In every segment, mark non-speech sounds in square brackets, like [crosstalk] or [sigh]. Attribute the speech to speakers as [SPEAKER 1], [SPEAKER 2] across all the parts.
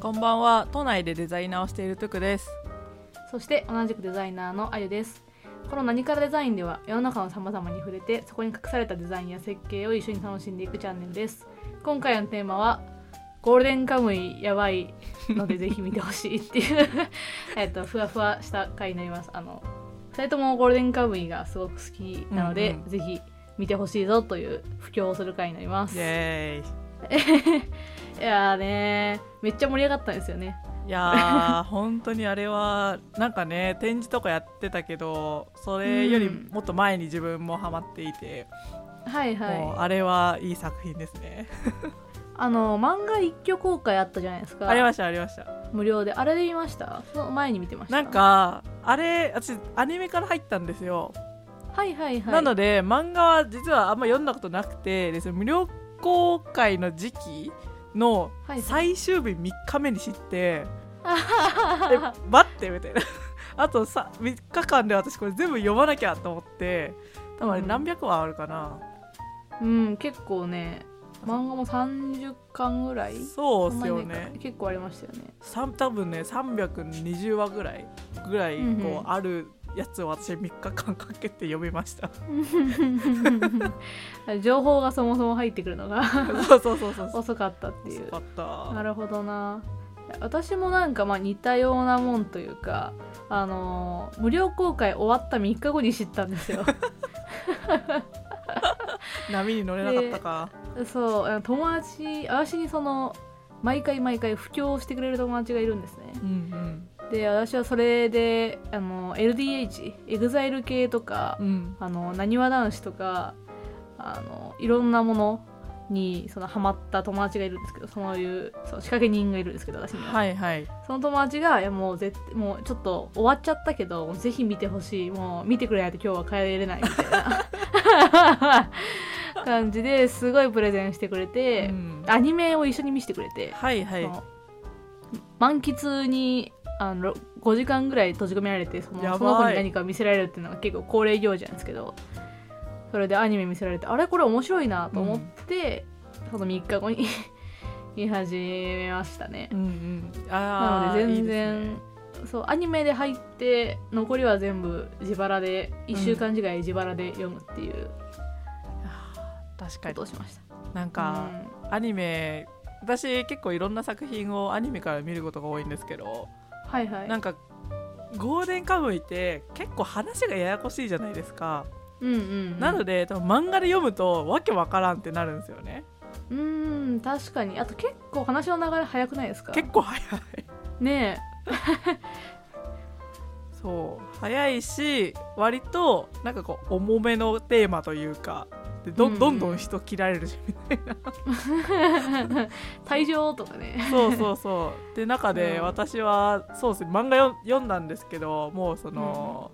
[SPEAKER 1] こんばんは都内でデザイナーをしているトゥクです
[SPEAKER 2] そして同じくデザイナーのあゆですこの「何からデザイン」では世の中のさまざまに触れてそこに隠されたデザインや設計を一緒に楽しんでいくチャンネルです今回のテーマは「ゴールデンカムイやばいのでぜひ見てほしい」っていう [laughs] えっとふわふわした回になりますあの2人ともゴールデンカムイがすごく好きなので、
[SPEAKER 1] うんうん
[SPEAKER 2] ぜひ見てほしいぞという布教をする回になります
[SPEAKER 1] イエー
[SPEAKER 2] いやーねーめっちゃ盛り上がったんですよね
[SPEAKER 1] イいやー本当にあれはなんかね展示とかやってたけどそれより
[SPEAKER 2] うん
[SPEAKER 1] もっと前に自分もハマっていて、
[SPEAKER 2] はいはい
[SPEAKER 1] もうあれはいい作品ですね
[SPEAKER 2] あの漫画一挙公開あったじゃないですか
[SPEAKER 1] ありましたありました
[SPEAKER 2] 無料であれで見ましたその前に見てました
[SPEAKER 1] なんかあれ私アニメから入ったんですよ、
[SPEAKER 2] はいはいはい
[SPEAKER 1] なので漫画は実はあんま読んだことなくてですね無料公開の時期の
[SPEAKER 2] はいはい
[SPEAKER 1] 最終日3日目に知っ
[SPEAKER 2] [laughs]
[SPEAKER 1] て、
[SPEAKER 2] あは
[SPEAKER 1] え
[SPEAKER 2] はは
[SPEAKER 1] 待ってみたいな [laughs] あとさ3日間で私これ全部読まなきゃと思って多分あれ
[SPEAKER 2] うん
[SPEAKER 1] 何百話あるかな、
[SPEAKER 2] うん結構ね漫画も30巻ぐらい
[SPEAKER 1] そうです
[SPEAKER 2] そんなに
[SPEAKER 1] よ
[SPEAKER 2] ないか
[SPEAKER 1] ね
[SPEAKER 2] な結構ありましたよね [laughs]
[SPEAKER 1] さん多分ね320話ぐらいぐらい
[SPEAKER 2] うんうん
[SPEAKER 1] こうあるやつを私3日間かけて読みま
[SPEAKER 2] [laughs]
[SPEAKER 1] した、
[SPEAKER 2] 情報がそもそも入ってくるのが [laughs]
[SPEAKER 1] そうそうそうそうそう
[SPEAKER 2] 遅かったっていう
[SPEAKER 1] かった
[SPEAKER 2] なるほどな私もなんかまあ似たようなもんというかあのー無料公開終わった3日後に知ったんで
[SPEAKER 1] [laughs]
[SPEAKER 2] すよ
[SPEAKER 1] 波に乗れなかったか、
[SPEAKER 2] そうあの友達私にその毎回毎回布教をしてくれる友達がいるんですね
[SPEAKER 1] うん
[SPEAKER 2] で私はそれであの LDH エグザイル系とか
[SPEAKER 1] うんうん
[SPEAKER 2] あのなにわ男子とかあのいろんなものにそのハマった友達がいるんですけどそういうそう仕掛け人がいるんですけど私には、
[SPEAKER 1] はいはい
[SPEAKER 2] その友達がいやもう絶対もうちょっと終わっちゃったけどぜひ見てほしいもう見てくれないと今日は帰れないみたい
[SPEAKER 1] [laughs]
[SPEAKER 2] な感じですごいプレゼンしてくれて、
[SPEAKER 1] うん
[SPEAKER 2] アニメを一緒に見せてくれて、
[SPEAKER 1] はいはい
[SPEAKER 2] その満喫にあのろ5時間ぐらい閉じ込められてその
[SPEAKER 1] やばい
[SPEAKER 2] その子に何かを見せられるっていうのが結構恒例行事なんですけどそれでアニメ見せられてあれこれ面白いなと思って、その3日後に [laughs] 見始めましたね
[SPEAKER 1] う。んうんあ
[SPEAKER 2] な
[SPEAKER 1] あ
[SPEAKER 2] ので全然
[SPEAKER 1] いいですね
[SPEAKER 2] そうアニメで入って残りは全部自腹で1週間違い自腹で読むっていう
[SPEAKER 1] 確か
[SPEAKER 2] こ
[SPEAKER 1] に
[SPEAKER 2] とをしました。
[SPEAKER 1] なんか、
[SPEAKER 2] うん
[SPEAKER 1] アニメ私結構いろんな作品をアニメから見ることが多いんですけど、
[SPEAKER 2] はいはい。
[SPEAKER 1] なんかゴールデンカムイって結構話がややこしいじゃないですか、
[SPEAKER 2] うんうんうん
[SPEAKER 1] なので多分漫画で読むとわけわからんってなるんですよね
[SPEAKER 2] うん確かにあと結構話の流れ早くないですか
[SPEAKER 1] 結構早い
[SPEAKER 2] ねえ
[SPEAKER 1] そう早いし割となんかこう重めのテーマというかでど,、
[SPEAKER 2] うんうん
[SPEAKER 1] どんどん人切られるし
[SPEAKER 2] 退場とかね
[SPEAKER 1] そうそうそう。で中で
[SPEAKER 2] うん
[SPEAKER 1] 私はそうですね漫画よ読んだんですけどもうその、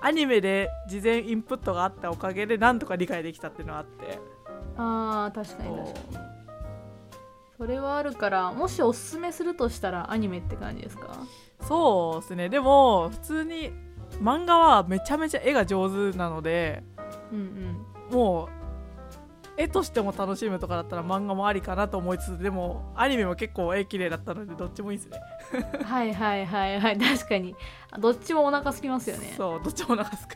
[SPEAKER 1] アニメで事前インプットがあったおかげでなんとか理解できたっていうのがあって
[SPEAKER 2] あー確かに確かに
[SPEAKER 1] そう
[SPEAKER 2] それはあるからもしおすすめするとしたらアニメって感じですか
[SPEAKER 1] そうですねでも普通に漫画はめちゃめちゃ絵が上手なので
[SPEAKER 2] うん
[SPEAKER 1] もう。絵としても楽しむとかだったら漫画もありかなと思いつつでもアニメも結構絵綺麗だったのでどっちもいいですね
[SPEAKER 2] うん [laughs] はいはいはいはい確かにどっちもお腹空きますよね
[SPEAKER 1] そうどっちもお腹すく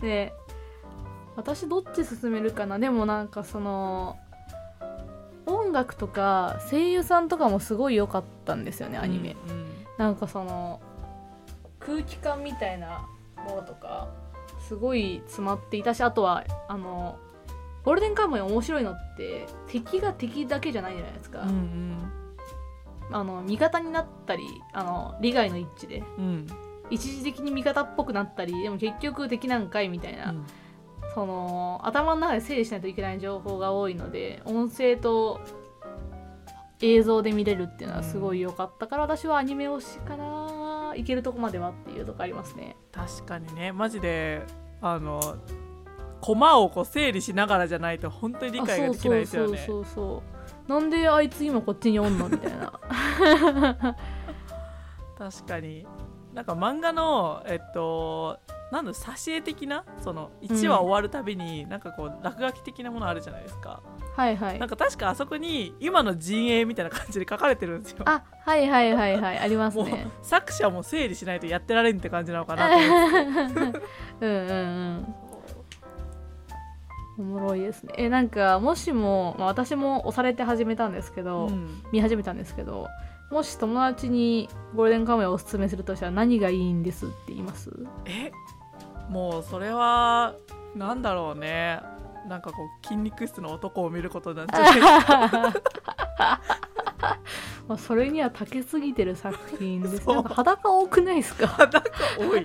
[SPEAKER 2] で私どっち進めるかなでもなんかその音楽とか声優さんとかもすごい良かったんですよねアニメ、
[SPEAKER 1] うんうん
[SPEAKER 2] なんかその空気感みたいなものとかすごい詰まっていたしあとはあのゴールデンカムイ面白いのって敵が敵だけじゃないじゃないですか、
[SPEAKER 1] うん
[SPEAKER 2] あの味方になったりあの利害の一致で
[SPEAKER 1] うんうん
[SPEAKER 2] 一時的に味方っぽくなったりでも結局敵なんかいみたいな、
[SPEAKER 1] うん
[SPEAKER 2] その頭の中で整理しないといけない情報が多いので音声と映像で見れるっていうのはすごい良かったから、私はアニメ推しかないけるとこまではっていうとこありますね
[SPEAKER 1] 確かにねマジであの駒をこう整理しながらじゃないと本当に理解ができないですよ
[SPEAKER 2] あ
[SPEAKER 1] ね
[SPEAKER 2] そうそうそうそうなんであいつ今こっちにおんのみたい
[SPEAKER 1] [laughs]
[SPEAKER 2] な
[SPEAKER 1] 確かになんか漫画のえっとなんだろう挿絵的なその1話終わるたびに、なんかこう落書き的なものあるじゃないですか、
[SPEAKER 2] はいはい
[SPEAKER 1] なんか確かあそこに今の陣営みたいな感じで書かれてるんですよ
[SPEAKER 2] あはいはいはいはいあります
[SPEAKER 1] もう
[SPEAKER 2] ね
[SPEAKER 1] 作者も整理しないとやってられんって感じなのかなと思って
[SPEAKER 2] うんうんうんおもろいですねえなんかもしも、まあ、私も押されて始めたんですけ [laughs] ど、
[SPEAKER 1] うん
[SPEAKER 2] 見始めたんですけどもし友達にゴールデンカムイをおすすめするとしたら何がいいんですって言います
[SPEAKER 1] えもうそれはなんだろうねなんかこう筋肉質の男を見ることにな
[SPEAKER 2] [laughs]
[SPEAKER 1] っちゃうけど
[SPEAKER 2] まあそれには丈すぎてる作品ですね
[SPEAKER 1] そう
[SPEAKER 2] なんか裸多くないですか
[SPEAKER 1] 多い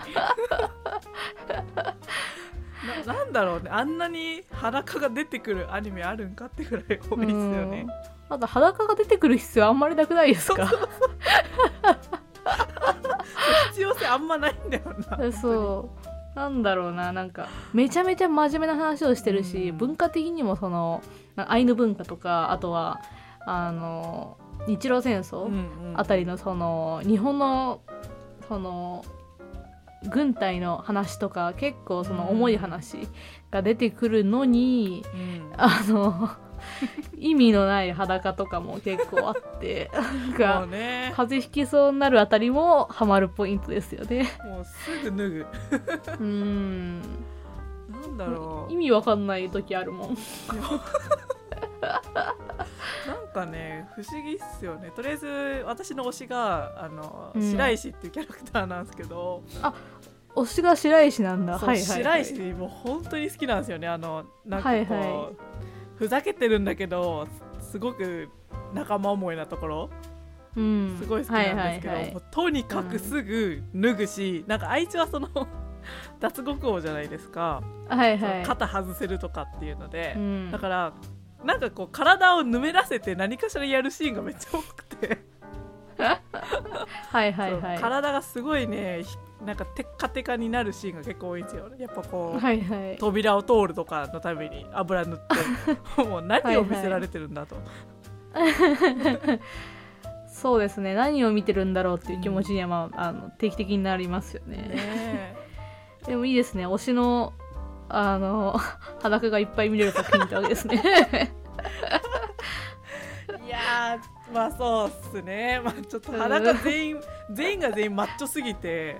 [SPEAKER 1] ななんだろうねあんなに裸が出てくるアニメあるんかってぐらい多いですよね
[SPEAKER 2] まだ裸が出てくる必要あんまりなくないですか
[SPEAKER 1] 必要性あんまないんだよな
[SPEAKER 2] そうなんだろうななんかめちゃめちゃ真面目な話をしてるし、
[SPEAKER 1] うん
[SPEAKER 2] 文化的にもそのなんかアイヌ文化とかあとはあの日露戦
[SPEAKER 1] う
[SPEAKER 2] 争
[SPEAKER 1] んうん
[SPEAKER 2] あたりのその日本のその軍隊の話とか結構その重い話が出てくるのに、
[SPEAKER 1] うん
[SPEAKER 2] あの意味のない裸とかも結構あってなん
[SPEAKER 1] も
[SPEAKER 2] か
[SPEAKER 1] うね
[SPEAKER 2] 風邪ひきそうになるあたりもハマるポイントですよね。
[SPEAKER 1] もうすぐ脱ぐ
[SPEAKER 2] うん
[SPEAKER 1] なんだろ
[SPEAKER 2] 意味わかんない時あるもん。
[SPEAKER 1] うなんかね不思議っすよねとりあえず私の推しがあの、
[SPEAKER 2] うん
[SPEAKER 1] 白石っていうキャラクターなんですけど、
[SPEAKER 2] 推しが白石なんだ。
[SPEAKER 1] そう
[SPEAKER 2] はいはい、は
[SPEAKER 1] 白
[SPEAKER 2] い。
[SPEAKER 1] 石もう本当に好きなんですよねあのなんかこう、
[SPEAKER 2] はいはい
[SPEAKER 1] ふざけてるんだけどすごく仲間思いなところ
[SPEAKER 2] うん。
[SPEAKER 1] すごい好きなんですけど、
[SPEAKER 2] はいはいは
[SPEAKER 1] もう
[SPEAKER 2] い、
[SPEAKER 1] とにかくすぐ脱ぐし、なんかあいつはその [laughs] 脱獄王じゃないですか、
[SPEAKER 2] はいはい。
[SPEAKER 1] 肩外せるとかっていうので、
[SPEAKER 2] うん
[SPEAKER 1] だからなんかこう体をぬめらせて何かしらやるシーンがめっちゃ多くて、
[SPEAKER 2] はいはいはい。
[SPEAKER 1] そう体がすごいねひなんかテッカテカになるシーンが結構多いんですよやっぱこう、
[SPEAKER 2] はいはい。
[SPEAKER 1] 扉を通るとかのために油塗って
[SPEAKER 2] [laughs]
[SPEAKER 1] もう何を見せられてるんだと、
[SPEAKER 2] そうですね。何を見てるんだろうっていう気持ちには、まあ、あの定期的になりますよ
[SPEAKER 1] ね
[SPEAKER 2] ね。
[SPEAKER 1] え
[SPEAKER 2] でもいいですね。推しのあの [laughs] 裸がいっぱい見れる作品ってわけですね。
[SPEAKER 1] いやーまあそうっすね、まあ、ちょっと裸全員、全員が全員マッチョすぎて、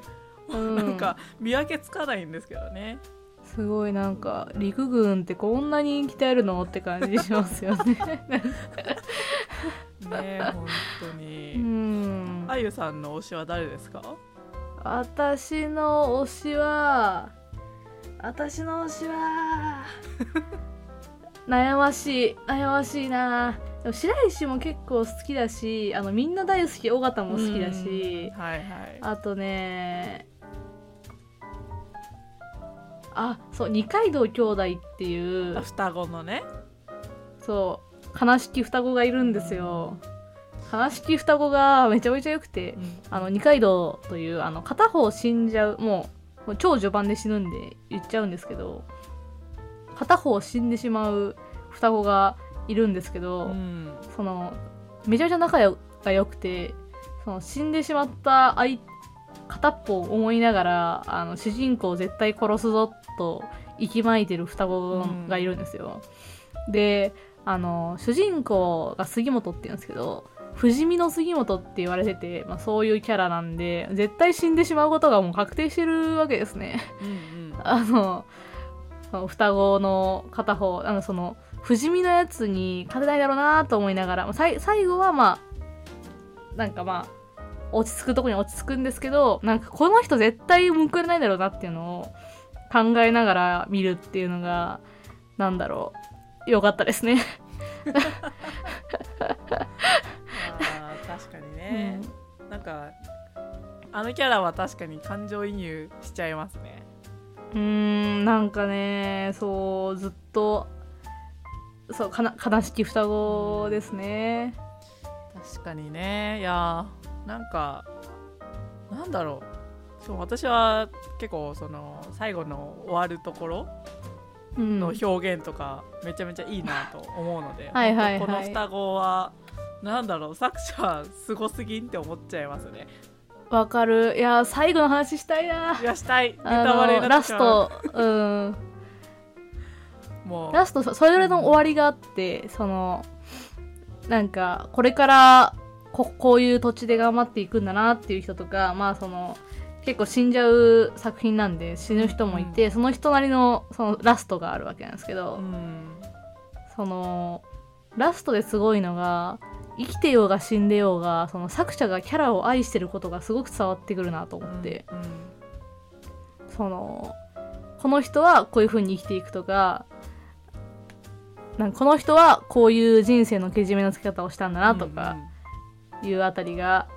[SPEAKER 2] うん
[SPEAKER 1] なんか見分けつかないんですけどね
[SPEAKER 2] すごいなんか陸軍ってこんなに鍛えるのって感じしますよね。
[SPEAKER 1] ねえ本当
[SPEAKER 2] う
[SPEAKER 1] に、
[SPEAKER 2] ん。
[SPEAKER 1] あゆさんの推しは誰ですか
[SPEAKER 2] 私の推しは私の推
[SPEAKER 1] [laughs]
[SPEAKER 2] しは悩ましい悩ましいなでも白石も結構好きだしあのみんな大好き尾形も好きだし
[SPEAKER 1] うんはいはい
[SPEAKER 2] あとねあそう二階堂兄弟ってい
[SPEAKER 1] あ
[SPEAKER 2] う
[SPEAKER 1] 双子のね
[SPEAKER 2] そう悲しき双子がいるんですよ悲しき双子がめちゃめちゃ良くてあの二階堂というあの片方死んじゃうもうもう超序盤で死ぬんで言っちゃうんですけど片方死んでしまう双子がいるんですけど、
[SPEAKER 1] うん
[SPEAKER 2] そのめちゃめちゃ仲が良くてその死んでしまった相片っぽを思いながらあの主人公を絶対殺すぞと息巻いてる双子がいるんですよ。であの主人公が杉本って言うんですけど不死身の杉本って言われてて、まあ、そういうキャラなんで絶対死んでしまうことがもう確定してるわけですね。
[SPEAKER 1] うん
[SPEAKER 2] あの、その双子の片方、なんかその、不死身のやつに勝てないだろうなと思いながら、まあさい最後はまあ、なんかまあ、落ち着くとこに落ち着くんですけど、なんかこの人絶対報われないだろうなっていうのを考えながら見るっていうのが、なんだろう、よかったですね。 [laughs]
[SPEAKER 1] あー確かにね、なんかあのキャラは確かに感情移入しちゃいますね
[SPEAKER 2] うーんなんかねそうずっとそうかな悲しき双子ですね
[SPEAKER 1] 確かにねいやーなんかなんだろうそう私は結構その最後の終わるところ
[SPEAKER 2] うん
[SPEAKER 1] の表現とかめちゃめちゃいいなと思うの [laughs] で、
[SPEAKER 2] はいはいはい
[SPEAKER 1] 本当この双子はなんだろう作者すごすぎんって思っちゃいますね
[SPEAKER 2] わかるいや最後の話したいない
[SPEAKER 1] やしたいネ
[SPEAKER 2] あ
[SPEAKER 1] タバレに
[SPEAKER 2] の
[SPEAKER 1] なっ
[SPEAKER 2] ラ
[SPEAKER 1] てし
[SPEAKER 2] ス
[SPEAKER 1] まう
[SPEAKER 2] トうん
[SPEAKER 1] もう
[SPEAKER 2] ラストそそれぞれの終わりがあってそのなんかこれからここういう土地で頑張っていくんだなっていう人とかまあその結構死んじゃう作品なんで死ぬ人もいて、その人なりのそのラストがあるわけなんですけど、
[SPEAKER 1] うん
[SPEAKER 2] そのラストですごいのが生きてようが死んでようがその作者がキャラを愛してることがすごく伝わってくるなと思って。
[SPEAKER 1] うん
[SPEAKER 2] そのこの人はこういう風に生きていくとかなんかこの人はこういう人生のけじめのつけ方をしたんだなとかいうあたりが、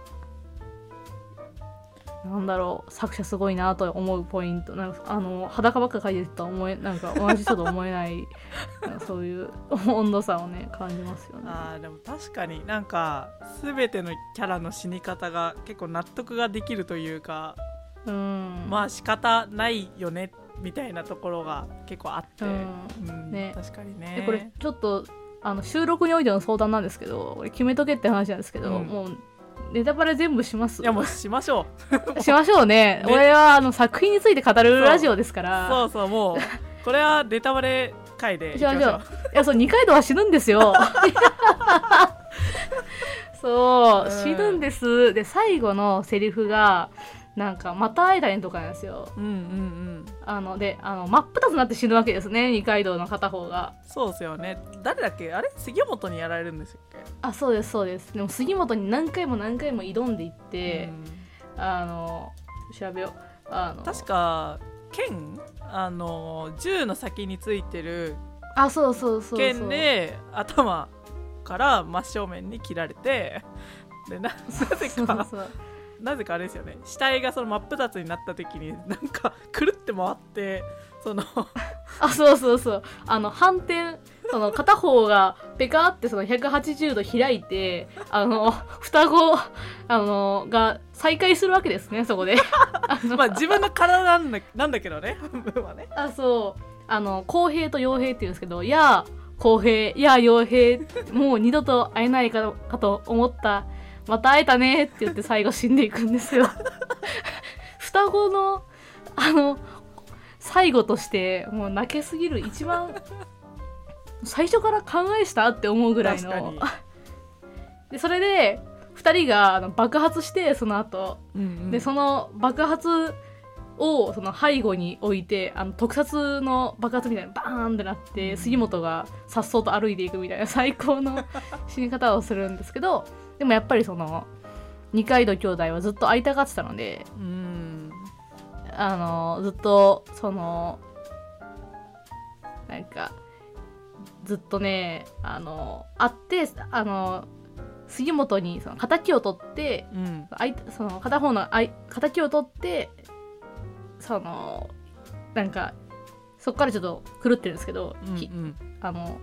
[SPEAKER 2] なんだろう作者すごいなと思うポイントなんかあの裸ばっか描いてるとは思えなんか同じ人と思えない
[SPEAKER 1] [laughs]
[SPEAKER 2] なんかそういう温度差をね感じますよ
[SPEAKER 1] うん
[SPEAKER 2] ね。
[SPEAKER 1] あーでも確かになんか全てのキャラの死に方が結構納得ができるというか
[SPEAKER 2] うん
[SPEAKER 1] まあ仕方ないよねみたいなところが結構あって、
[SPEAKER 2] うん
[SPEAKER 1] うん
[SPEAKER 2] ね
[SPEAKER 1] 確かにね
[SPEAKER 2] でこれちょっとあの収録においての相談なんですけどこれ決めとけって話なんですけど、
[SPEAKER 1] うん
[SPEAKER 2] もうネタバレ全部します
[SPEAKER 1] いやもうしまし
[SPEAKER 2] [laughs]
[SPEAKER 1] ょう
[SPEAKER 2] しましょうね
[SPEAKER 1] ね
[SPEAKER 2] 俺はあの作品について語るラジオですから
[SPEAKER 1] そうそうもうこれはネタバレ回でいきましょう
[SPEAKER 2] しましいやそう二階堂は死ぬんです [laughs] よそ
[SPEAKER 1] う
[SPEAKER 2] う、
[SPEAKER 1] ん
[SPEAKER 2] 死ぬんですで最後のセリフがなんか「また会えたね」とかなんですよ
[SPEAKER 1] うんうんうん
[SPEAKER 2] あのであの真っ二つになって死ぬわけですね二階堂の片方が
[SPEAKER 1] そうですよね誰だっけあれ杉本にやられるんですっけ、
[SPEAKER 2] あそうですそうですでも杉本に何回も何回も挑んでいって、
[SPEAKER 1] うん
[SPEAKER 2] あの調べようあの
[SPEAKER 1] 確か剣あの銃の先についてる
[SPEAKER 2] あそうそうそうそう
[SPEAKER 1] 剣で頭から真正面に切られてで
[SPEAKER 2] [laughs]
[SPEAKER 1] ななぜ
[SPEAKER 2] そうそう
[SPEAKER 1] か
[SPEAKER 2] そう
[SPEAKER 1] なぜかあれですよね死体がその真っ二つになった時になんかくるって回ってその
[SPEAKER 2] あそうそうそうあの反転その片方がペカってその180度開いてあの双子あのが再会するわけですねそこであの
[SPEAKER 1] まあ自分の体なんだなんだけどね半分はね
[SPEAKER 2] あそうあの公平と傭兵って言うんですけど「やあ公平やあ傭兵もう二度と会えないかかと思ったまた会えたね」って言って最後死んでいくんですよ [laughs] 双子のあの最後としてもう泣けすぎる一番最初から考えしたって思うぐらい
[SPEAKER 1] 確か
[SPEAKER 2] の
[SPEAKER 1] に、
[SPEAKER 2] でそれで2人があの爆発してその後
[SPEAKER 1] うんうん
[SPEAKER 2] でその爆発をその背後に置いてあの特撮の爆発みたいなバーンってなって、
[SPEAKER 1] うん
[SPEAKER 2] 杉本が颯爽と歩いていくみたいな最高の
[SPEAKER 1] [laughs]
[SPEAKER 2] 死に方をするんですけどでもやっぱりその二階堂兄弟はずっと会いたがってたので
[SPEAKER 1] うん
[SPEAKER 2] あのずっとそのなんかずっとねあの会ってあの杉本にその敵を取って
[SPEAKER 1] うん
[SPEAKER 2] あいその片方のあい敵を取ってそのなんかそこからちょっと狂ってるんですけど、
[SPEAKER 1] うん
[SPEAKER 2] き
[SPEAKER 1] うん
[SPEAKER 2] あの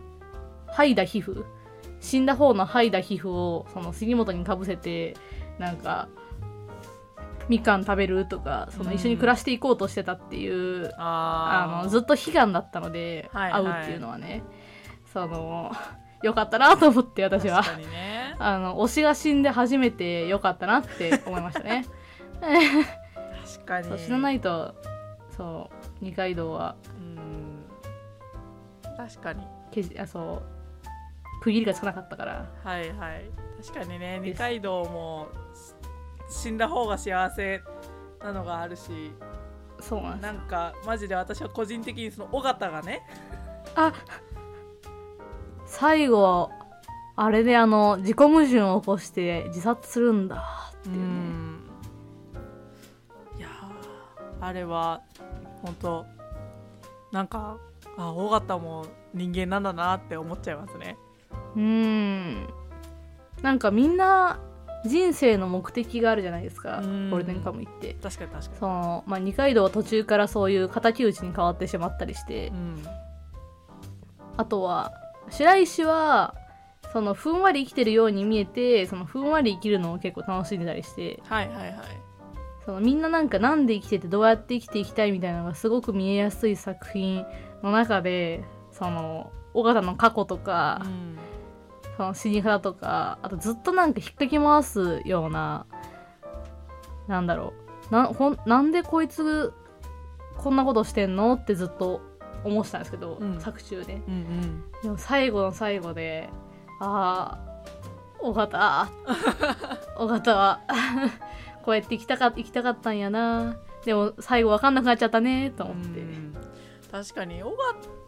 [SPEAKER 2] 剥いだ皮膚死んだ方の剥いだ皮膚をその杉本にかぶせてなんかみかん食べるとかその一緒に暮らしていこうとしてたっていう、
[SPEAKER 1] あ
[SPEAKER 2] あ
[SPEAKER 1] ー
[SPEAKER 2] のずっと悲願だったので、
[SPEAKER 1] はい
[SPEAKER 2] 会うっていうのはねそのよかったなと思って私は
[SPEAKER 1] 確。かにね
[SPEAKER 2] あの推しが死んで初めて良かったなって思いました
[SPEAKER 1] [laughs]
[SPEAKER 2] ね。
[SPEAKER 1] 確か
[SPEAKER 2] そう
[SPEAKER 1] に、
[SPEAKER 2] 死なないいとそう二階堂は
[SPEAKER 1] うん、確かに
[SPEAKER 2] けじあそう区切りがつかなかったから
[SPEAKER 1] はいはい確かにね
[SPEAKER 2] です
[SPEAKER 1] 二階堂もし死んだ方が幸せなのがあるし
[SPEAKER 2] そうなんで
[SPEAKER 1] な
[SPEAKER 2] す
[SPEAKER 1] んかマジで私は個人的にその尾形がね
[SPEAKER 2] あ最後あれであの自己矛盾を起こして自殺するんだっていうね
[SPEAKER 1] いやーあれは本当なんかあ尾形も人間なんだなって思っちゃいますね
[SPEAKER 2] うーんなんかみんな人生の目的があるじゃないですか
[SPEAKER 1] う
[SPEAKER 2] ゴ
[SPEAKER 1] ん
[SPEAKER 2] ールデンカムイって
[SPEAKER 1] 確かに確か
[SPEAKER 2] その、まあ、二階堂は途中からそういう敵討ちに変わってしまったりし
[SPEAKER 1] に、
[SPEAKER 2] て、
[SPEAKER 1] うん、
[SPEAKER 2] あとは白石はそのふんわり生きてるように見えてそのふんわり生きるのを結構楽しんでたりして
[SPEAKER 1] はいはいはい
[SPEAKER 2] そのみんななんかなんで生きててどうやって生きていきたいみたいなのがすごく見えやすい作品の中でその尾形の過去とか、
[SPEAKER 1] うん
[SPEAKER 2] その死に方とかあとずっとなんか引っかき回すようななんだろうなほんなんでこいつこんなことしてんのってずっと思ってたんですけど、
[SPEAKER 1] うん
[SPEAKER 2] 作中で
[SPEAKER 1] うんうん
[SPEAKER 2] でも最後の最後でああ
[SPEAKER 1] [laughs]
[SPEAKER 2] 尾形尾形は [laughs] こうやって行きたか行きたかったんやなでも最後分かんなくなっちゃったねと思って、
[SPEAKER 1] うん確かに尾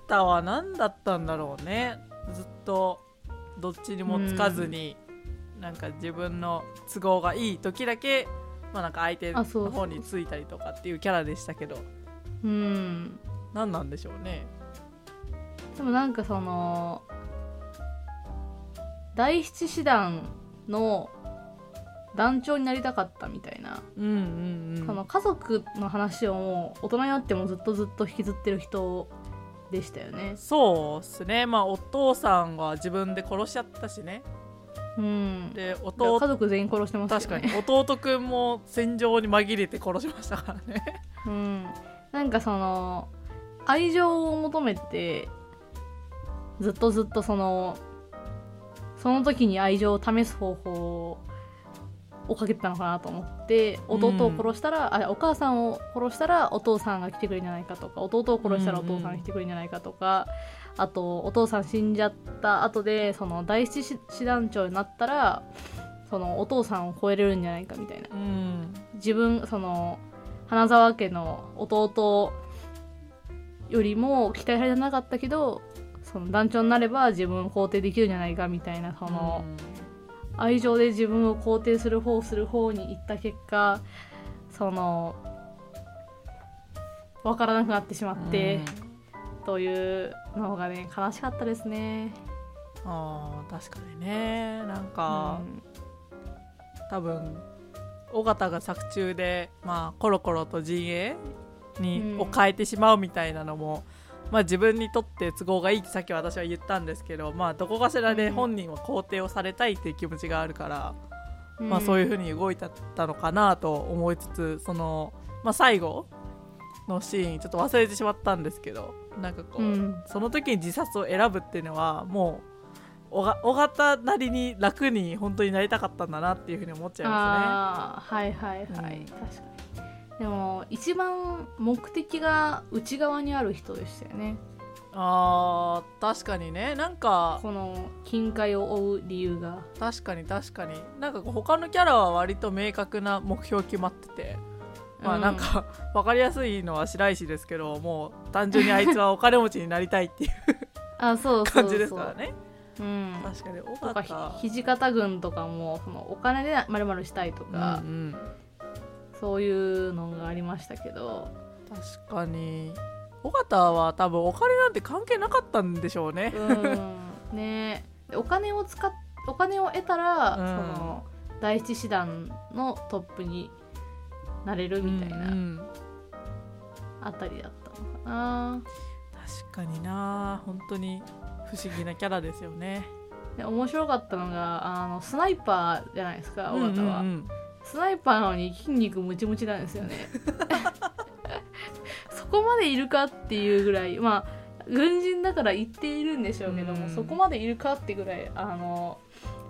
[SPEAKER 1] 形は何だったんだろうねずっとどっちにもつかずに、なんか自分の都合がいい時だけ、まあ、なんか相手の
[SPEAKER 2] あそうそう
[SPEAKER 1] 方についたりとかっていうキャラでしたけど
[SPEAKER 2] うん、
[SPEAKER 1] 何なんでしょうね。
[SPEAKER 2] でもなんかその第七師団の団長になりたかったみたいな、
[SPEAKER 1] うんうんうん、
[SPEAKER 2] その家族の話をもう大人になってもずっとずっと引きずってる人でしたよね
[SPEAKER 1] そうっすねまあお父さんは自分で殺しちゃったしね
[SPEAKER 2] うん
[SPEAKER 1] で
[SPEAKER 2] 家
[SPEAKER 1] 弟
[SPEAKER 2] 族全員殺してますよね
[SPEAKER 1] 確かに弟くんも戦場に紛れて殺しましたから
[SPEAKER 2] [laughs]
[SPEAKER 1] ね
[SPEAKER 2] うん、なんかその愛情を求めてずっとずっとそのその時に愛情を試す方法をかけてたのかなと思って弟を殺したら、あお母さんを殺したらお父さんが来てくれるんじゃないかとか弟を殺したらお父さんが来てくれるんじゃないかとか、あとお父さん死んじゃった後でその第七師師団長になったらそのお父さんを超えれるんじゃないかみたいな
[SPEAKER 1] うん
[SPEAKER 2] 自分その花沢家の弟よりも期待されてなかったけどその団長になれば自分を肯定できるんじゃないかみたいなその、愛情で自分を肯定する方する方に行った結果その分からなくなってしま
[SPEAKER 1] うん
[SPEAKER 2] って、というのがね悲しかったですね。
[SPEAKER 1] あー確かにねなんか、
[SPEAKER 2] うん
[SPEAKER 1] 多分尾形が作中で、まあ、コロコロと陣営に、
[SPEAKER 2] うん
[SPEAKER 1] を変えてしまうみたいなのも、まあ、自分にとって都合がいいってさっき私は言ったんですけど、まあ、どこかしらで
[SPEAKER 2] うん
[SPEAKER 1] 本人は肯定をされたいっていう気持ちがあるから、まあ、そういうふうに動いたったのかなと思いつつその、まあ、最後のシーンちょっと忘れてしまったんですけどなんかこう、
[SPEAKER 2] うん
[SPEAKER 1] その時に自殺を選ぶっていうのはもう尾が尾形なりに楽に本当になりたかったんだなっていうふうに思っちゃいま
[SPEAKER 2] ああーはいはいはい、
[SPEAKER 1] うん
[SPEAKER 2] 確かにでも一番目的が内側にある人でしたよね
[SPEAKER 1] すね。あー確かにねなんか
[SPEAKER 2] この金塊を追う理由が
[SPEAKER 1] 確かに確かになんかこう他のキャラは割と明確な目標決まってて。まあなん、か分かりやすいのは白石ですけどもう単純にあいつはお金持ちになりたいっていう
[SPEAKER 2] うんあそうそうそう
[SPEAKER 1] 感じですからね
[SPEAKER 2] うん
[SPEAKER 1] 確かに尾
[SPEAKER 2] とか
[SPEAKER 1] 形
[SPEAKER 2] ひ土方軍とかもそのお金でまるまるしたいと
[SPEAKER 1] う
[SPEAKER 2] か、
[SPEAKER 1] ん
[SPEAKER 2] そういうのがありましたけ
[SPEAKER 1] [laughs]
[SPEAKER 2] ど
[SPEAKER 1] うん、確かに尾形は多分お金なんて関係なかったんでしょうね
[SPEAKER 2] うんねでお金を使っお金を得たら、
[SPEAKER 1] うん
[SPEAKER 2] その第一師団のトップになれるみたいな、
[SPEAKER 1] うんうん
[SPEAKER 2] あたりだったのかな
[SPEAKER 1] 確かにな本当に不思議なキャラですよね
[SPEAKER 2] で面白かったのがあのスナイパーじゃないですか尾形は、
[SPEAKER 1] うんうん
[SPEAKER 2] スナイパーなのに筋肉ムチムチなんですよね
[SPEAKER 1] [laughs]
[SPEAKER 2] そこまでいるかっていうぐらいまあ軍人だから言っているんでしょうけども、
[SPEAKER 1] うん
[SPEAKER 2] そこまでいるかってぐらいあの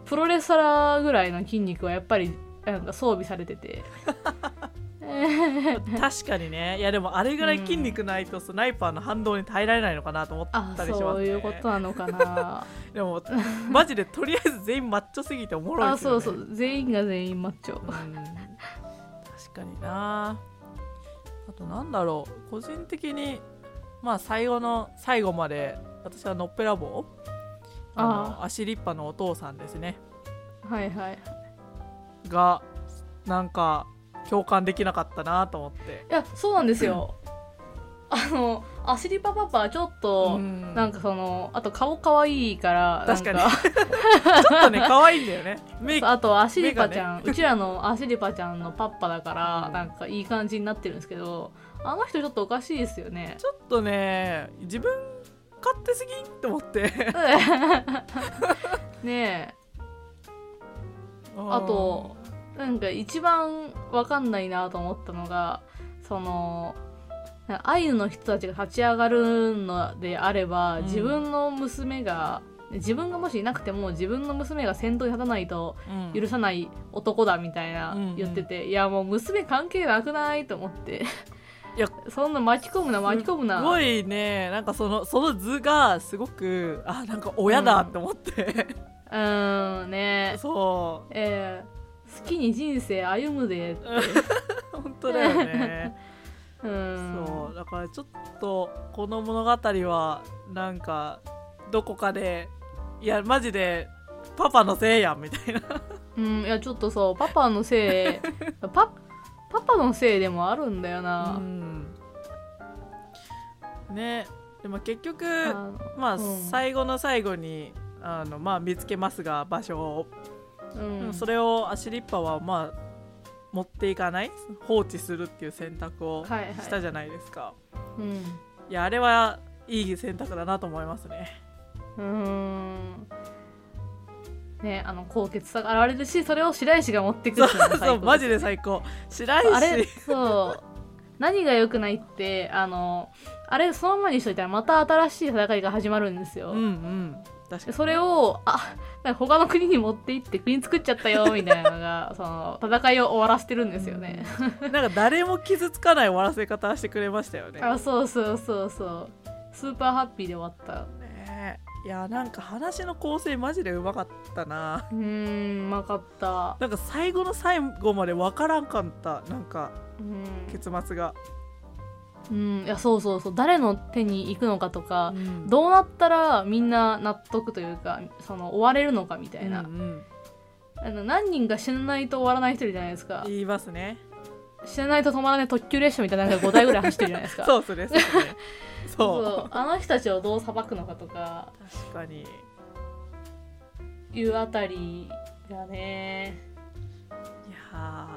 [SPEAKER 2] プロレスラーぐらいの筋肉はやっぱりなんか装備されてて
[SPEAKER 1] うん確かにねいやでもあれぐらい筋肉ないとスナイパーの反動に耐えられないのかなと思っ
[SPEAKER 2] あ
[SPEAKER 1] たりしますね
[SPEAKER 2] そういうことなのかな
[SPEAKER 1] でもマジでとりあえず全員マッチョすぎておもろい
[SPEAKER 2] あ
[SPEAKER 1] ですよ、
[SPEAKER 2] そ
[SPEAKER 1] ね、
[SPEAKER 2] うそう全員が全員マッチョ
[SPEAKER 1] うん確かになあとなんだろう個人的にまあ最後の最後まで私はのっぺらぼうあの足立派のお父さんですね
[SPEAKER 2] はいはい
[SPEAKER 1] がなんか共感できなかったなと思って、
[SPEAKER 2] いやそうなんですよ、あのアシリパパパはちょっと、
[SPEAKER 1] うん
[SPEAKER 2] なんかそのあと顔可愛いからなん
[SPEAKER 1] 確かに [laughs] ちょっとね可愛いんだよ
[SPEAKER 2] [laughs]
[SPEAKER 1] ねメイク
[SPEAKER 2] あとアシリパちゃん、うちらのアシリパちゃんのパッパだから、
[SPEAKER 1] うん
[SPEAKER 2] なんかいい感じになってるんですけどあの人ちょっとおかしいですよね
[SPEAKER 1] ちょっとね自分勝手すぎんと思って
[SPEAKER 2] ね
[SPEAKER 1] あ
[SPEAKER 2] [laughs] あとえなんか一番わかんないなと思ったのがそのアイヌの人たちが立ち上がるのであれば、
[SPEAKER 1] うん
[SPEAKER 2] 自分の娘が自分がもしいなくても自分の娘が先頭に立たないと
[SPEAKER 1] うん
[SPEAKER 2] 許さない男だみたいな
[SPEAKER 1] うんうん
[SPEAKER 2] 言ってて、いやもう娘関係なくないと思って
[SPEAKER 1] いや
[SPEAKER 2] [laughs] そんな巻き込むな巻き込むな
[SPEAKER 1] すごいねなんかそのその図がすごくあなんか親だって思って、
[SPEAKER 2] うーんね
[SPEAKER 1] [laughs] そう
[SPEAKER 2] えー好きに人生歩むでって
[SPEAKER 1] [laughs] 本当だよね
[SPEAKER 2] うーん
[SPEAKER 1] そうだからちょっとこの物語はなんかどこかでいやマジでパパのせいやんみたいな
[SPEAKER 2] うんいやちょっとそうパパのせい
[SPEAKER 1] [laughs]
[SPEAKER 2] パパパのせいでもあるんだよ
[SPEAKER 1] う
[SPEAKER 2] な、
[SPEAKER 1] んねでも結局
[SPEAKER 2] あ
[SPEAKER 1] まあ、
[SPEAKER 2] うん
[SPEAKER 1] 最後の最後にあの、まあ、見つけますが場所を、
[SPEAKER 2] のうん
[SPEAKER 1] それをアシリッパはまあ持っていかない放置するっていう選択を
[SPEAKER 2] はいはい
[SPEAKER 1] したじゃないですか、
[SPEAKER 2] うん
[SPEAKER 1] いやあれはいい選択だなと思いますね
[SPEAKER 2] うーんねあの高潔さが現れるしそれを白石が持ってくるっていうのが最
[SPEAKER 1] [laughs] そう
[SPEAKER 2] 高
[SPEAKER 1] マジで最高白石
[SPEAKER 2] あれそう何が良くないってあのあれそのままにしといたらまた新しい戦いが始まるんですよ、
[SPEAKER 1] うんうん確かに
[SPEAKER 2] それをあなんか他の国に持って行って国作っちゃったよみたいなの [laughs] がその戦いを終わらせてるんですよね、
[SPEAKER 1] なんか誰も傷つかない終わらせ方してくれましたよね
[SPEAKER 2] あそうそうそうそうスーパーハッピーで終わった
[SPEAKER 1] ねいやなんか話の構成マジでうまかったな
[SPEAKER 2] うーんうまかった
[SPEAKER 1] なんか最後の最後まで分からんかったなんか
[SPEAKER 2] うん、
[SPEAKER 1] 結末が、
[SPEAKER 2] うん、いやそうそうそう誰の手に行くのかとか、
[SPEAKER 1] うん
[SPEAKER 2] どうなったらみんな納得というかその終われるのかみたいな、
[SPEAKER 1] うんうん
[SPEAKER 2] あの何人か死なないと終わらない人いるじゃないですか
[SPEAKER 1] 言いますね
[SPEAKER 2] 死なないと止まらない特急列車みたいなのが5台ぐらい走ってるじゃないですか
[SPEAKER 1] そうですねそうですねそう
[SPEAKER 2] そうあの人たちをどう裁くのかとか
[SPEAKER 1] 確かに
[SPEAKER 2] いうあたりがね
[SPEAKER 1] いや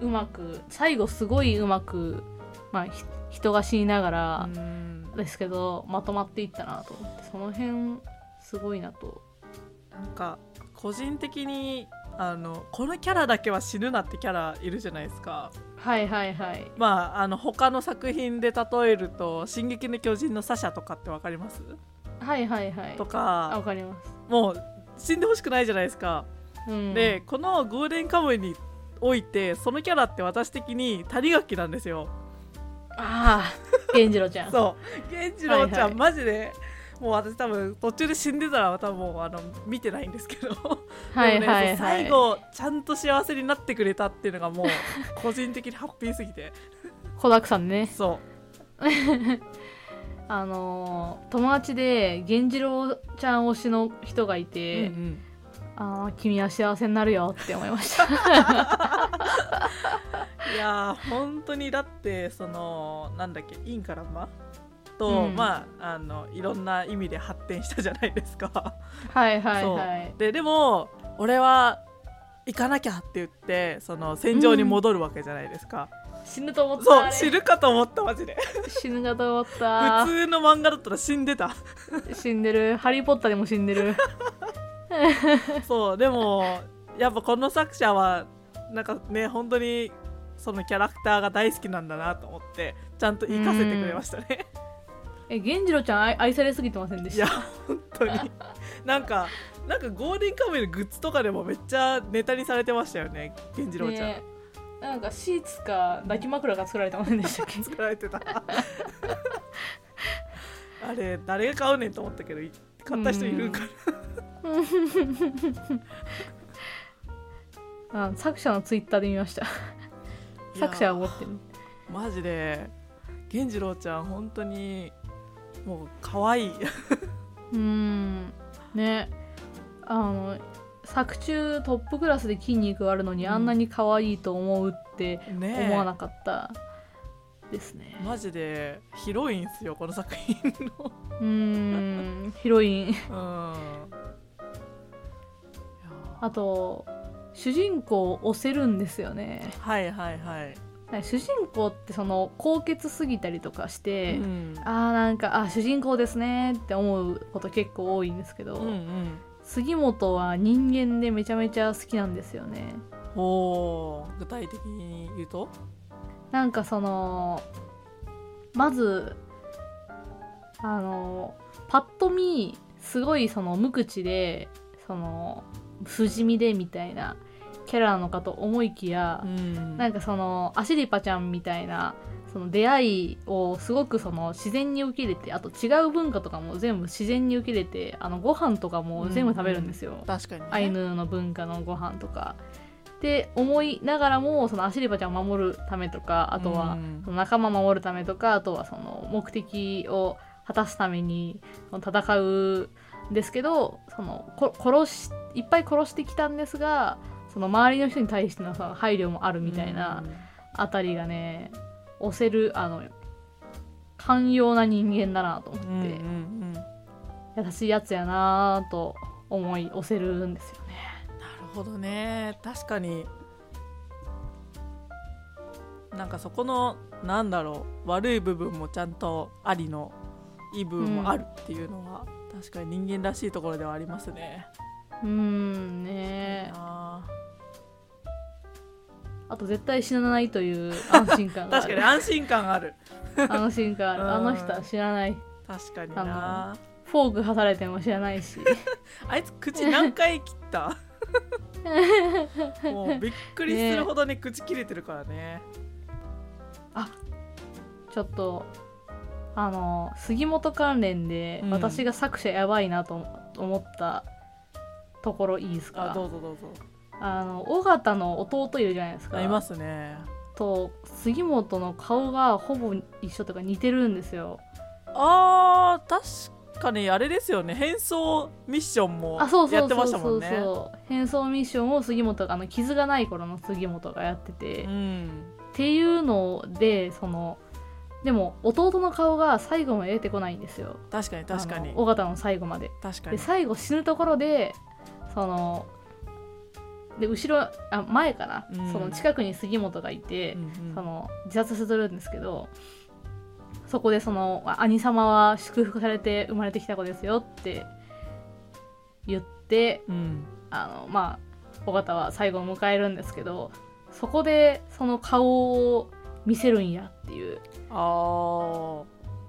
[SPEAKER 2] うまく最後すごいうまく、まあ、ひ人が死にながら
[SPEAKER 1] ーうん
[SPEAKER 2] ですけど、まとまっていったなと思ってその辺すごいなと
[SPEAKER 1] なんか個人的にあのこのキャラだけは死ぬなってキャラいるじゃないですか
[SPEAKER 2] はいはいはい
[SPEAKER 1] まああの他の作品で例えると「進撃の巨人」のサシャとかってわかります
[SPEAKER 2] はいはいはい
[SPEAKER 1] と
[SPEAKER 2] あわ
[SPEAKER 1] か
[SPEAKER 2] かります
[SPEAKER 1] もう死んでほしくないじゃないですか、
[SPEAKER 2] うん
[SPEAKER 1] でこのゴールデンカムイにおいてそのキャラって私的に谷垣なんですよ
[SPEAKER 2] ああ源次郎ちゃん
[SPEAKER 1] そう源次郎ちゃん、
[SPEAKER 2] はいはい
[SPEAKER 1] マジでもう私多分途中で死んでたら多分もうあの見てないんですけど
[SPEAKER 2] はいはいは
[SPEAKER 1] でもねそう
[SPEAKER 2] い
[SPEAKER 1] 最後ちゃんと幸せになってくれたっていうのがもう個人的にハッピーすぎて
[SPEAKER 2] 子だくさんでね
[SPEAKER 1] そ、
[SPEAKER 2] あのー友達で源次郎ちゃん推しの人がいうて、
[SPEAKER 1] うん
[SPEAKER 2] あー君は幸せになるよって思いまし
[SPEAKER 1] [laughs]
[SPEAKER 2] た
[SPEAKER 1] うんいやー本当にだってそのなんだっけインからまと、
[SPEAKER 2] うん
[SPEAKER 1] まああのいろんな意味で発展したじゃないですか。 [laughs]
[SPEAKER 2] はいはい
[SPEAKER 1] そう
[SPEAKER 2] はい
[SPEAKER 1] ででも俺は行かなきゃって言ってその戦場に戻るわけじゃないですか、
[SPEAKER 2] 死ぬと思った
[SPEAKER 1] そ
[SPEAKER 2] あ
[SPEAKER 1] う
[SPEAKER 2] れ
[SPEAKER 1] 死ぬかと思ったマジで
[SPEAKER 2] 死ぬかと思っ
[SPEAKER 1] 普
[SPEAKER 2] た
[SPEAKER 1] 通の漫画だったら死んで
[SPEAKER 2] [laughs]
[SPEAKER 1] た
[SPEAKER 2] 死んでるハリー・ポッターでも死ん
[SPEAKER 1] [laughs]
[SPEAKER 2] でる
[SPEAKER 1] そうでもやっぱこの作者はなんかね本当にそのキャラクターが大好きなんだなと思ってちゃんと言いかせてくれましたね。
[SPEAKER 2] え源次郎ちゃん愛愛されすぎてませんでし
[SPEAKER 1] いや
[SPEAKER 2] た
[SPEAKER 1] 本当になんかなんかゴールデンカムイのグッズとかでもめっちゃネタにされてましたよね源次郎ちゃん、
[SPEAKER 2] ねなんかシーツか抱き枕が作られてません
[SPEAKER 1] [laughs]
[SPEAKER 2] でしたっけ
[SPEAKER 1] 作られてたあれ誰が買うねんと思ったけど買った人いるんかな
[SPEAKER 2] あ作者のツイッターで見ました
[SPEAKER 1] いや
[SPEAKER 2] 作者は思ってる
[SPEAKER 1] マジで源次郎ちゃん本当にもう可愛い
[SPEAKER 2] [laughs] うーんねあの作中トップクラスで筋肉あるのに
[SPEAKER 1] うん
[SPEAKER 2] あんなに可愛いと思うって
[SPEAKER 1] ねえ
[SPEAKER 2] 思わなかったですね
[SPEAKER 1] マジで広いんすよこの作品
[SPEAKER 2] うーんヒロイン
[SPEAKER 1] のうん
[SPEAKER 2] あと主人公を押せるんですよね
[SPEAKER 1] はいはいはい、
[SPEAKER 2] 主人公ってその高潔すぎたりとかして、
[SPEAKER 1] うん
[SPEAKER 2] あーなんかあ主人公ですねって思うこと結構多いんですけど、
[SPEAKER 1] うんうん
[SPEAKER 2] 杉本は人間でめちゃめちゃ好きなんですよね
[SPEAKER 1] おー具体的に言うと
[SPEAKER 2] なんかそのまずあのパッと見すごいその無口でその不死身でみたいなキャラなのかと思いきや、
[SPEAKER 1] ん
[SPEAKER 2] なんかそのアシリパちゃんみたいなその出会いをすごくその自然に受け入れてあと違う文化とかも全部自然に受け入れてあのご飯とかも全部食べるんですよ、
[SPEAKER 1] 確かに、ね、
[SPEAKER 2] アイヌの文化のご飯とか。って思いながらもそのアシリパちゃんを守るためとかあとは
[SPEAKER 1] うん
[SPEAKER 2] その仲間を守るためとかあとはその目的を果たすためにその戦うんですけどそのこ殺しいっぱい殺してきたんですがその周りの人に対してのその配慮もあるみたいなあたりがね押せるあの寛容な人間だなと思
[SPEAKER 1] うん、うん
[SPEAKER 2] って、
[SPEAKER 1] うんうんなる
[SPEAKER 2] 優しいやつやなと思い押せるんですよね。
[SPEAKER 1] ほどね確かになんかそこのなんだろう悪い部分もちゃんとありのいい部分もあるっていうのは、確かに人間らしいところではありますね。
[SPEAKER 2] うーんね
[SPEAKER 1] あ
[SPEAKER 2] あと絶対死なないという安心
[SPEAKER 1] ー
[SPEAKER 2] 感があ
[SPEAKER 1] [laughs] 確か
[SPEAKER 2] る
[SPEAKER 1] に安心感ある
[SPEAKER 2] 安心感ある
[SPEAKER 1] うん
[SPEAKER 2] あの人は知らない
[SPEAKER 1] 確かに
[SPEAKER 2] なん
[SPEAKER 1] な
[SPEAKER 2] だフォーク刺されても知らないし
[SPEAKER 1] あいつ口何回切った
[SPEAKER 2] [laughs]
[SPEAKER 1] もうびっくりするほどに口切れてるからね
[SPEAKER 2] ちょっとあの杉本関連で
[SPEAKER 1] うん
[SPEAKER 2] 私が作者やばいなと思ったところいいです
[SPEAKER 1] あ
[SPEAKER 2] か、
[SPEAKER 1] どうぞどうぞ
[SPEAKER 2] あの尾形の弟いるじゃないですか
[SPEAKER 1] あいますね
[SPEAKER 2] と杉本の顔がほぼ一緒とか似てるんですよ
[SPEAKER 1] あー確かにあれですよね変装ミッションも
[SPEAKER 2] あそう
[SPEAKER 1] やっ
[SPEAKER 2] そう
[SPEAKER 1] て
[SPEAKER 2] そ
[SPEAKER 1] ま
[SPEAKER 2] う
[SPEAKER 1] したも
[SPEAKER 2] そ
[SPEAKER 1] ん
[SPEAKER 2] う
[SPEAKER 1] ね
[SPEAKER 2] そう変装ミッションを杉本があの傷がない頃の杉本がやってて、
[SPEAKER 1] うん
[SPEAKER 2] っていうのでそのでも弟の顔が最後まで出てこないんですよ
[SPEAKER 1] 確かに確か
[SPEAKER 2] あ
[SPEAKER 1] に
[SPEAKER 2] の尾形の最後まで
[SPEAKER 1] 確か
[SPEAKER 2] で
[SPEAKER 1] に
[SPEAKER 2] 最後死ぬところでそので後ろあ前かな、
[SPEAKER 1] うん
[SPEAKER 2] その近くに杉本がいて、
[SPEAKER 1] うんうん
[SPEAKER 2] その自殺するんですけどそこでそのあ兄様は祝福されて生まれてきた子ですよって言って
[SPEAKER 1] うん
[SPEAKER 2] あのまあ尾形は最後を迎えるんですけどそこでその顔を見せるんやっていう
[SPEAKER 1] あー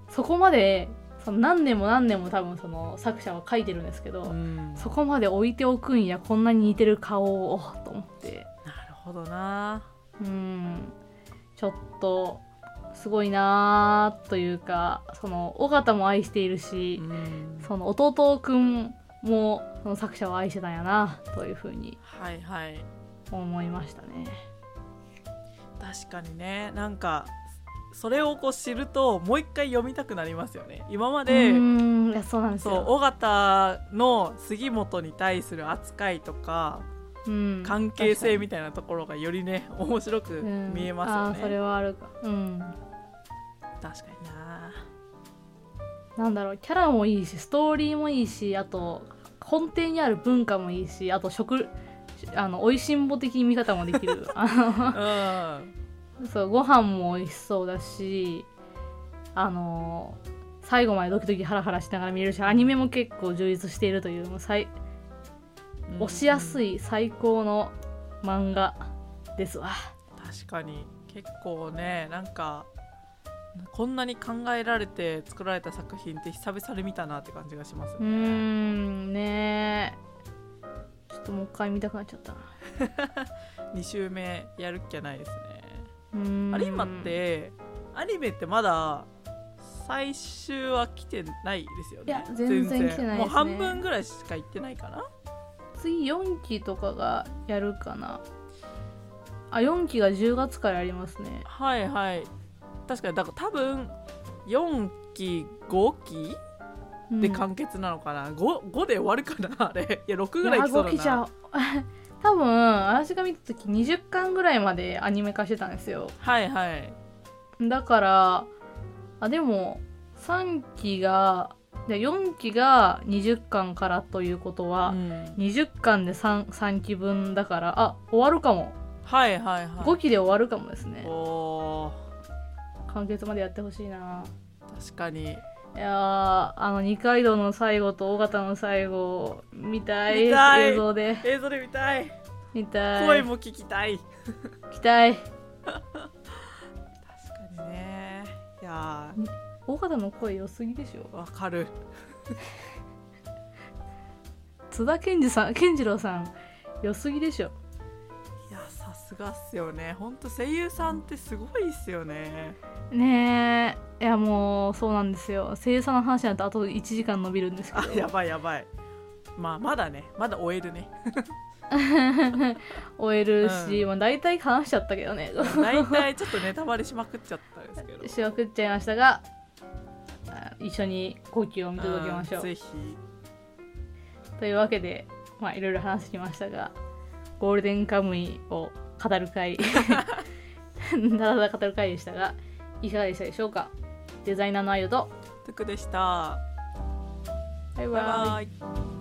[SPEAKER 2] そこまでその何年も何年も多分その作者は書いてるんですけど、
[SPEAKER 1] うん
[SPEAKER 2] そこまで置いておくんやこんなに似てる顔をと思って
[SPEAKER 1] なるほどな
[SPEAKER 2] うんちょっとすごいなあというかその尾形も愛しているし、
[SPEAKER 1] うん
[SPEAKER 2] その弟くんもその作者を愛してたんやなというふうに
[SPEAKER 1] はいはい
[SPEAKER 2] 思いましたね。
[SPEAKER 1] 確かにねなんかそれをこう知るともう一回読みたくなりますよね今まで、
[SPEAKER 2] うーんいやそうなんです
[SPEAKER 1] そう
[SPEAKER 2] よ。
[SPEAKER 1] 尾形の杉本に対する扱いとか
[SPEAKER 2] うん
[SPEAKER 1] 関係性みたいなところがよりね面白く見えます
[SPEAKER 2] うんあー
[SPEAKER 1] よ
[SPEAKER 2] それ
[SPEAKER 1] ね、
[SPEAKER 2] はあるか。うん。
[SPEAKER 1] 確かにな
[SPEAKER 2] なんだろうキャラもいいしストーリーもいいしあと根底にある文化もいいしあと食あの美味しんぼ的見方もでき
[SPEAKER 1] [laughs]
[SPEAKER 2] る [laughs] あ
[SPEAKER 1] うん
[SPEAKER 2] のそうご飯も美味しそうだしあの最後までドキドキハラハラしながら見れるしアニメも結構充実しているというもう最 [laughs] 押しやす
[SPEAKER 1] い
[SPEAKER 2] い最高の漫画ですわ。
[SPEAKER 1] 確かに結構ねなんかこんなに考えられて作られた作品って久々に見たなって感じがします
[SPEAKER 2] うー
[SPEAKER 1] ね、
[SPEAKER 2] んねえちょっともう一回見たくなっちゃったな
[SPEAKER 1] 2週目やるっきゃないですね
[SPEAKER 2] うーん
[SPEAKER 1] あれ今ってアニメってまだ最終は来てないですよね
[SPEAKER 2] いや全然来てないですね
[SPEAKER 1] もう半分ぐらいしか行ってないかな
[SPEAKER 2] 次4期とかがやるかなあ4期が10月からやりますね
[SPEAKER 1] はいはい確かにだから多分4期5期
[SPEAKER 2] うん
[SPEAKER 1] で完結なのかな、5, 5で終わるかな [laughs] あれいや6ぐらい
[SPEAKER 2] や
[SPEAKER 1] 来そうだ
[SPEAKER 2] 動
[SPEAKER 1] な
[SPEAKER 2] きちゃう [laughs] 多分私が見た時20巻ぐらいまでアニメ化してたんですよ
[SPEAKER 1] はいはい
[SPEAKER 2] だからあでも3期がで4期が20巻からということは、
[SPEAKER 1] うん
[SPEAKER 2] 20巻で 3, 3期分だからあ終わるかも
[SPEAKER 1] はいはいは
[SPEAKER 2] 5期で終わるかもです
[SPEAKER 1] い
[SPEAKER 2] ね
[SPEAKER 1] おー
[SPEAKER 2] 完結までやってほしいな
[SPEAKER 1] 確かに
[SPEAKER 2] いやーあの二階堂の最後と尾形の最後見たい
[SPEAKER 1] 見たい
[SPEAKER 2] 映像で
[SPEAKER 1] 映像で見たい
[SPEAKER 2] 見たい
[SPEAKER 1] 声も聞きたい
[SPEAKER 2] 期待
[SPEAKER 1] 確かにねいやー
[SPEAKER 2] 尾形の声良すぎでしょ
[SPEAKER 1] わかる
[SPEAKER 2] 津田健二さん健次郎さん良すぎでしょ
[SPEAKER 1] いやさすがっすよねほんと声優さんってすごいっすよね
[SPEAKER 2] ねえいやもうそうなんですよ声優さんの話なんてあと1時間伸びるんですけ
[SPEAKER 1] あや
[SPEAKER 2] ど
[SPEAKER 1] ばいやばいまあまだねまだ終えるね
[SPEAKER 2] 終えるし、
[SPEAKER 1] うん
[SPEAKER 2] まあ、大体話しちゃったけどね [laughs]
[SPEAKER 1] 大体ちょっとネタバレしまくっちゃったんですけど
[SPEAKER 2] しまくっちゃいましたがあ一緒に呼吸を見届けましょ
[SPEAKER 1] ん
[SPEAKER 2] う
[SPEAKER 1] ぜひ
[SPEAKER 2] というわけで、まあ、いろいろ話してきましたがゴールデンカムイを語る会だらだら語る会でしたがいかがでしたでしょうかデザイナーのあゆと
[SPEAKER 1] トゥクでした
[SPEAKER 2] バイバ
[SPEAKER 1] バイ
[SPEAKER 2] イ
[SPEAKER 1] バイ